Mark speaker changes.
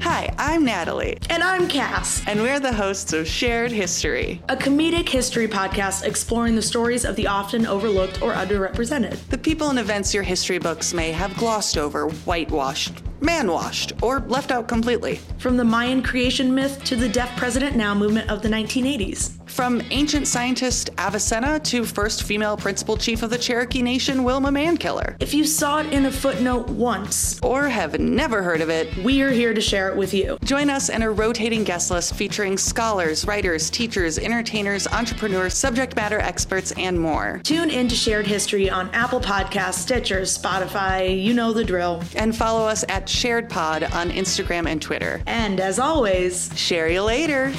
Speaker 1: Hi, I'm Natalie,
Speaker 2: And I'm Cass,
Speaker 1: and we're the hosts of Shared History,
Speaker 2: a comedic history podcast exploring the stories of the often overlooked or underrepresented.
Speaker 1: the people and events your history books may have glossed over, whitewashed, man washed, or left out completely.
Speaker 2: From the Mayan creation myth to the Deaf President Now movement of the 1980s.
Speaker 1: From ancient scientist Avicenna to first female principal chief of the Cherokee Nation, Wilma Mankiller,
Speaker 2: If you saw it in a footnote once,
Speaker 1: or have never heard of it,
Speaker 2: we're here to share it with you.
Speaker 1: Join us in a rotating guest list featuring scholars, writers, teachers, entertainers, entrepreneurs, subject matter experts, and more.
Speaker 2: Tune in to Shared History on Apple Podcasts, Stitcher, Spotify, you know the drill.
Speaker 1: And follow us at SharedPod on Instagram and Twitter.
Speaker 2: And as always,
Speaker 1: Share you later.